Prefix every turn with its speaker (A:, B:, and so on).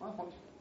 A: González